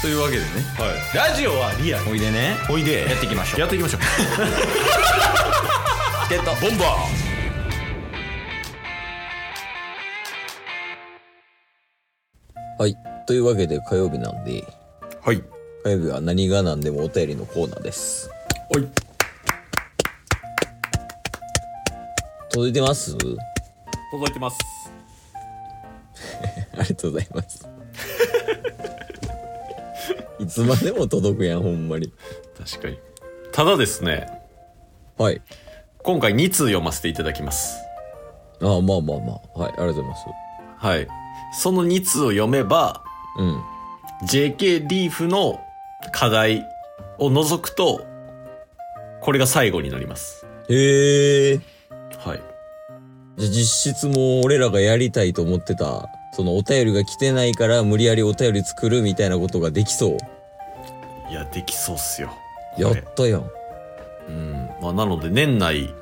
というわけでねはい、ラジオはリアルおいでねおいでやっていきましょうやってい きましょうゲットボンバはい。というわけで火曜日なんで、ーはい火曜日は何が何でもお便りのコーナーです。はい届いてます届いてます ありがとうございます。 いつまでも届くやん、ほんまに。確かにただですねはい。今回2通読ませていただきますああ、まあまあまあ。はい。ありがとうございます。はいその2通を読めばうん。 JK リーフの課題を除くとこれが最後になりますへえ。はいじゃあ実質もう俺らがやりたいと思ってた、そのお便りが来てないから無理やりお便り作るみたいなことができそう。いやできそうっすよやこっれたやん。うんまあなので年内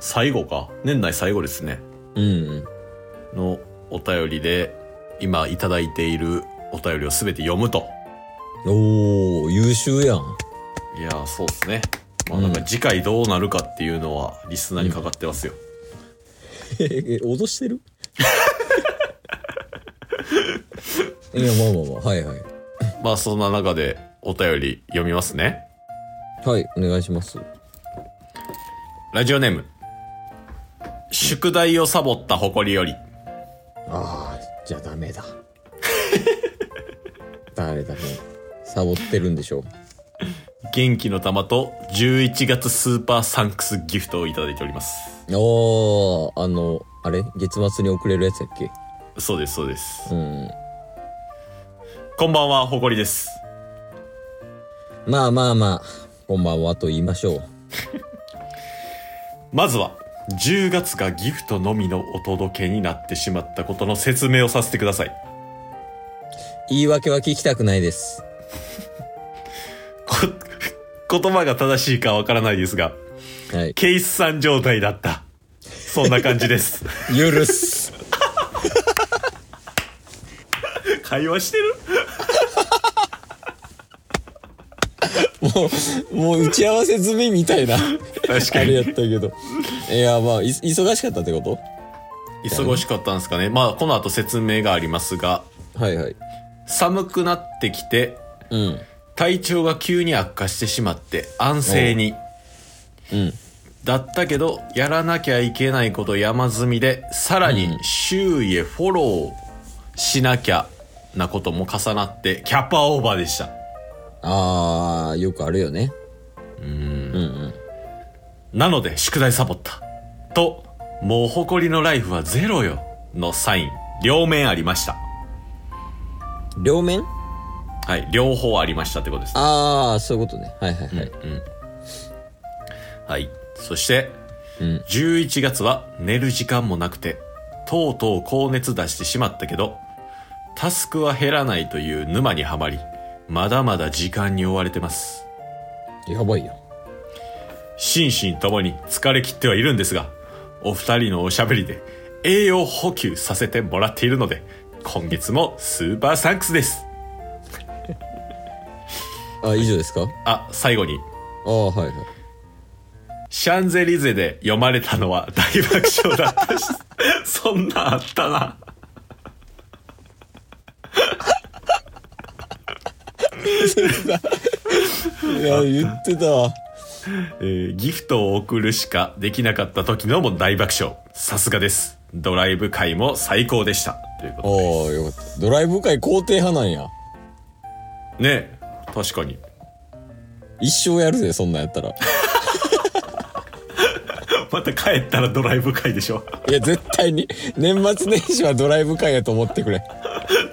最後か年内最後ですねうんうん。のお便りで今いただいているお便りを全て読むとおー、優秀やん。いやーそうですねまあなんか次回どうなるかっていうのはリスナーにかかってますよ、ええ脅してる いやまあまあまあはいはいまあそんな中でお便り読みますねはいお願いしますラジオネーム宿題をサボった誇りよりああじゃあダメ だダメだねサボってるんでしょ元気の玉と11月スーパーサンクスギフトをいただいておりますおーあのあれ月末に送れるやつやっけそうですそうですうんこんばんは誇りですまあまあまあこんばんはと言いましょうまずは10月がギフトのみのお届けになってしまったことの説明をさせてください言い訳は聞きたくないですこ 言葉が正しいかわからないですが はいケイスさん状態だったそんな感じです許す 会話してるもうもう打ち合わせ済みみたいな確あかれやにったけどいやまあい忙しかったってこと忙しかったんですかねまあこの後説明がありますがはいはい。寒くなってきてうん。体調が急に悪化してしまって安静にうん。だったけどやらなきゃいけないこと山積みでさらに周囲へフォローしなきゃなことも重なってキャパオーバーでしたあー、よくあるよね。なので宿題サボったともう誇りのライフはゼロよのサイン両面ありました両面はい両方ありましたってことですあー、そういうことね。はいはいはい。はい。そして、うん11月は寝る時間もなくて、とうとう高熱出してしまったけど、タスクは減らないという沼にはまり、まだまだ時間に追われてます。やばいよ。心身ともに疲れ切ってはいるんですが、お二人のおしゃべりで栄養補給させてもらっているので、今月もスーパーサンクスです。あ、以上ですかあ、最後に、あー、はいはい。シャンゼリゼで読まれたのは大爆笑だったし、そんなんあったな。いや、言ってたわ。えーギフトを送るしかできなかった時のも大爆笑。さすがです。ドライブ会も最高でした。というこおー、よかった。ドライブ会肯定派なんとや。ねえ確かに。 一生やるぜ、そんなんやったら。いまた帰ったらドライブ会でしょ。 や、絶対に。 年末年始はドライブ会やと思ってくれ。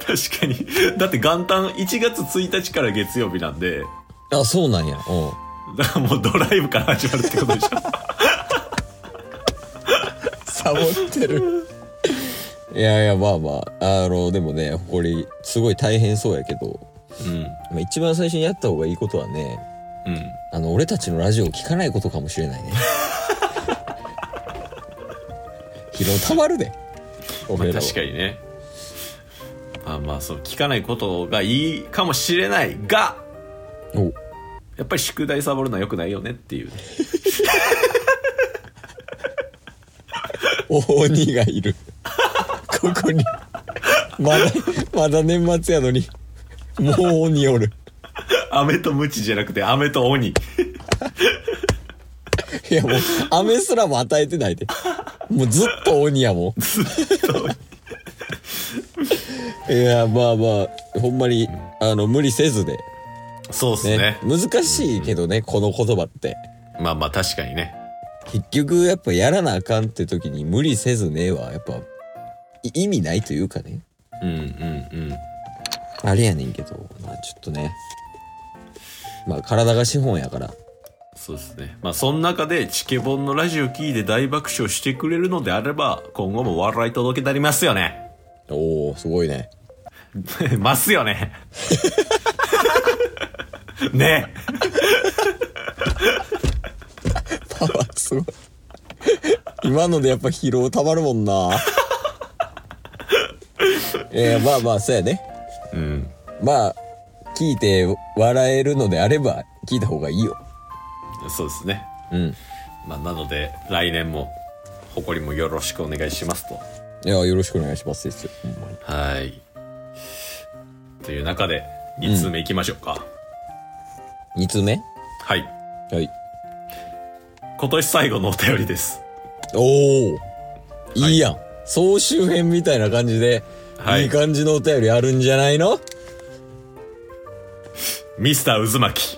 確かに。だって元旦1月1日から月曜日なんで、 あ、そうなんや。うん。だからもうドライブから始まるってことでしょ。 サボってる。いやいや、まあまあ。あの、でもね、これ、すごい大変そうやけど、うん。まあ、一番最初にやった方がいいことはね、うん。あの、俺たちのラジオを聞かないことかもしれないね。疲労たまるで。まあ俺らは確かにね。まあまあそう聞かないことがいいかもしれないがおやっぱり宿題サボるのは良くないよねっていうねお鬼がいるここにまだまだ年末やのにもう鬼おる飴とムチじゃなくて飴と鬼いやもう飴すらも与えてないでもうずっと鬼やもんいやまあまあほんまにあの無理せずで、そうっすねね難しいけどね、この言葉ってまあまあ確かにね結局やっぱやらなあかんって時に無理せずねはやっぱい意味ないというかねうんうんうんあれやねんけどまあちょっとねまあ体が資本やからそうですねまあその中でチケボンのラジオ聞いて大爆笑してくれるのであれば今後も笑い届けたりますよね おおすごいねますよね ねパワーすごい今のでやっぱ疲労たまるもん なえー、まあまあそうやねうんまあ聞いて笑えるのであれば聞いた方がいいよそうですねうんまあなので来年も誇りもよろしくお願いしますといやよろしくお願いしますですよほんまにはいという中で2通目いきましょうか、 2通目はいはい今年最後のお便りですおおいいやん、総集編みたいな感じで、はいいい感じのお便りあるんじゃないの ミスター渦巻き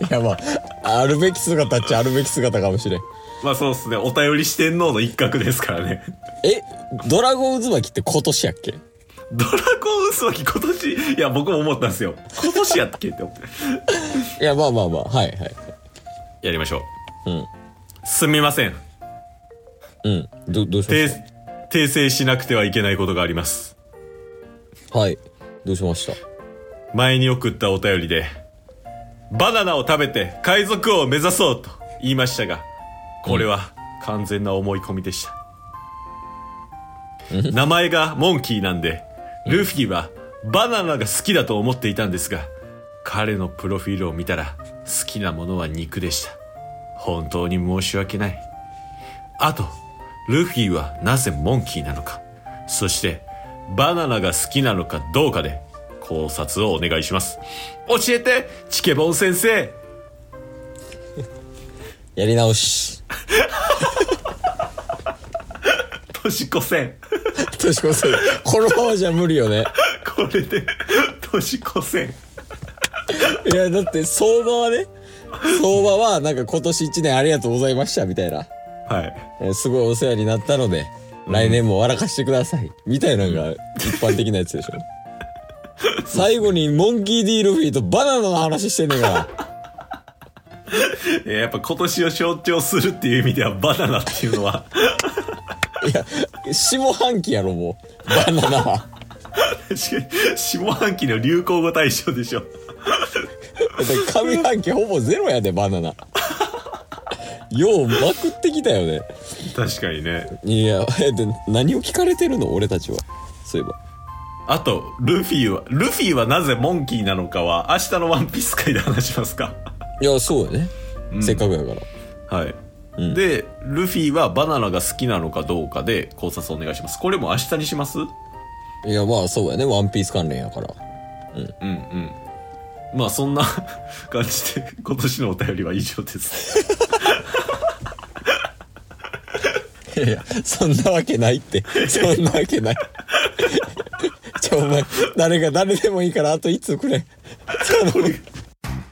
いやまああるべき姿っちゃあるべき姿かもしれんまあそうですねお便り四天王の一角ですからね えドラゴン渦巻きって今年やっけドラゴン渦巻き今年いや僕も思ったんですよ今年やっけって思っていやまあまあまあはいはいやりましょううんすみませんうんどどうしま訂し訂正しなくてはいけないことがありますたはいどうしました前に送ったお便りでバナナを食べて海賊王を目指そうと言いましたがこれは完全な思い込みでした、名前がモンキーなんでルフィはバナナが好きだと思っていたんですが彼のプロフィールを見たら好きなものは肉でした本当に申し訳ないあとルフィはなぜモンキーなのかそしてバナナが好きなのかどうかで考察をお願いします教えてチケボン先生やり直 し年越せん 年越せこのままじゃ無理よねこれで年越せんいやだって相場はね相場はなんか今年1年ありがとうございましたみたいなはいえーすごいお世話になったので、来年も笑かしてください。みたいなのが一般的なやつでしょ。 最後にモンキー・ディ・ルフィとバナナの話してんねんから。えーやっぱ今年を象徴するっていう意味ではバナナっていうのは いや、下半期やろ、もう。バナナは。確かに下半期の流行語大賞でしょだって上半期ほぼゼロやで、バナナ。ようまくってきたよね。確かにねいや、えで何を聞かれてるの俺たちは。そういえば。あとルフィはルフィはなぜモンキーなのかは明日のワンピース会で話しますかいや、そうやね。せっかくやから。はい、でルフィはバナナが好きなのかどうかで考察お願いしますこれも明日にしますいや、まあそうやね。ワンピース関連やから。うんうん。まあそんな 感じで今年のお便りは以上です。いやいや、そんなわけないって。そんなわけない。ちょ、お前、誰が誰でもいいから、あといつくれ。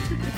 す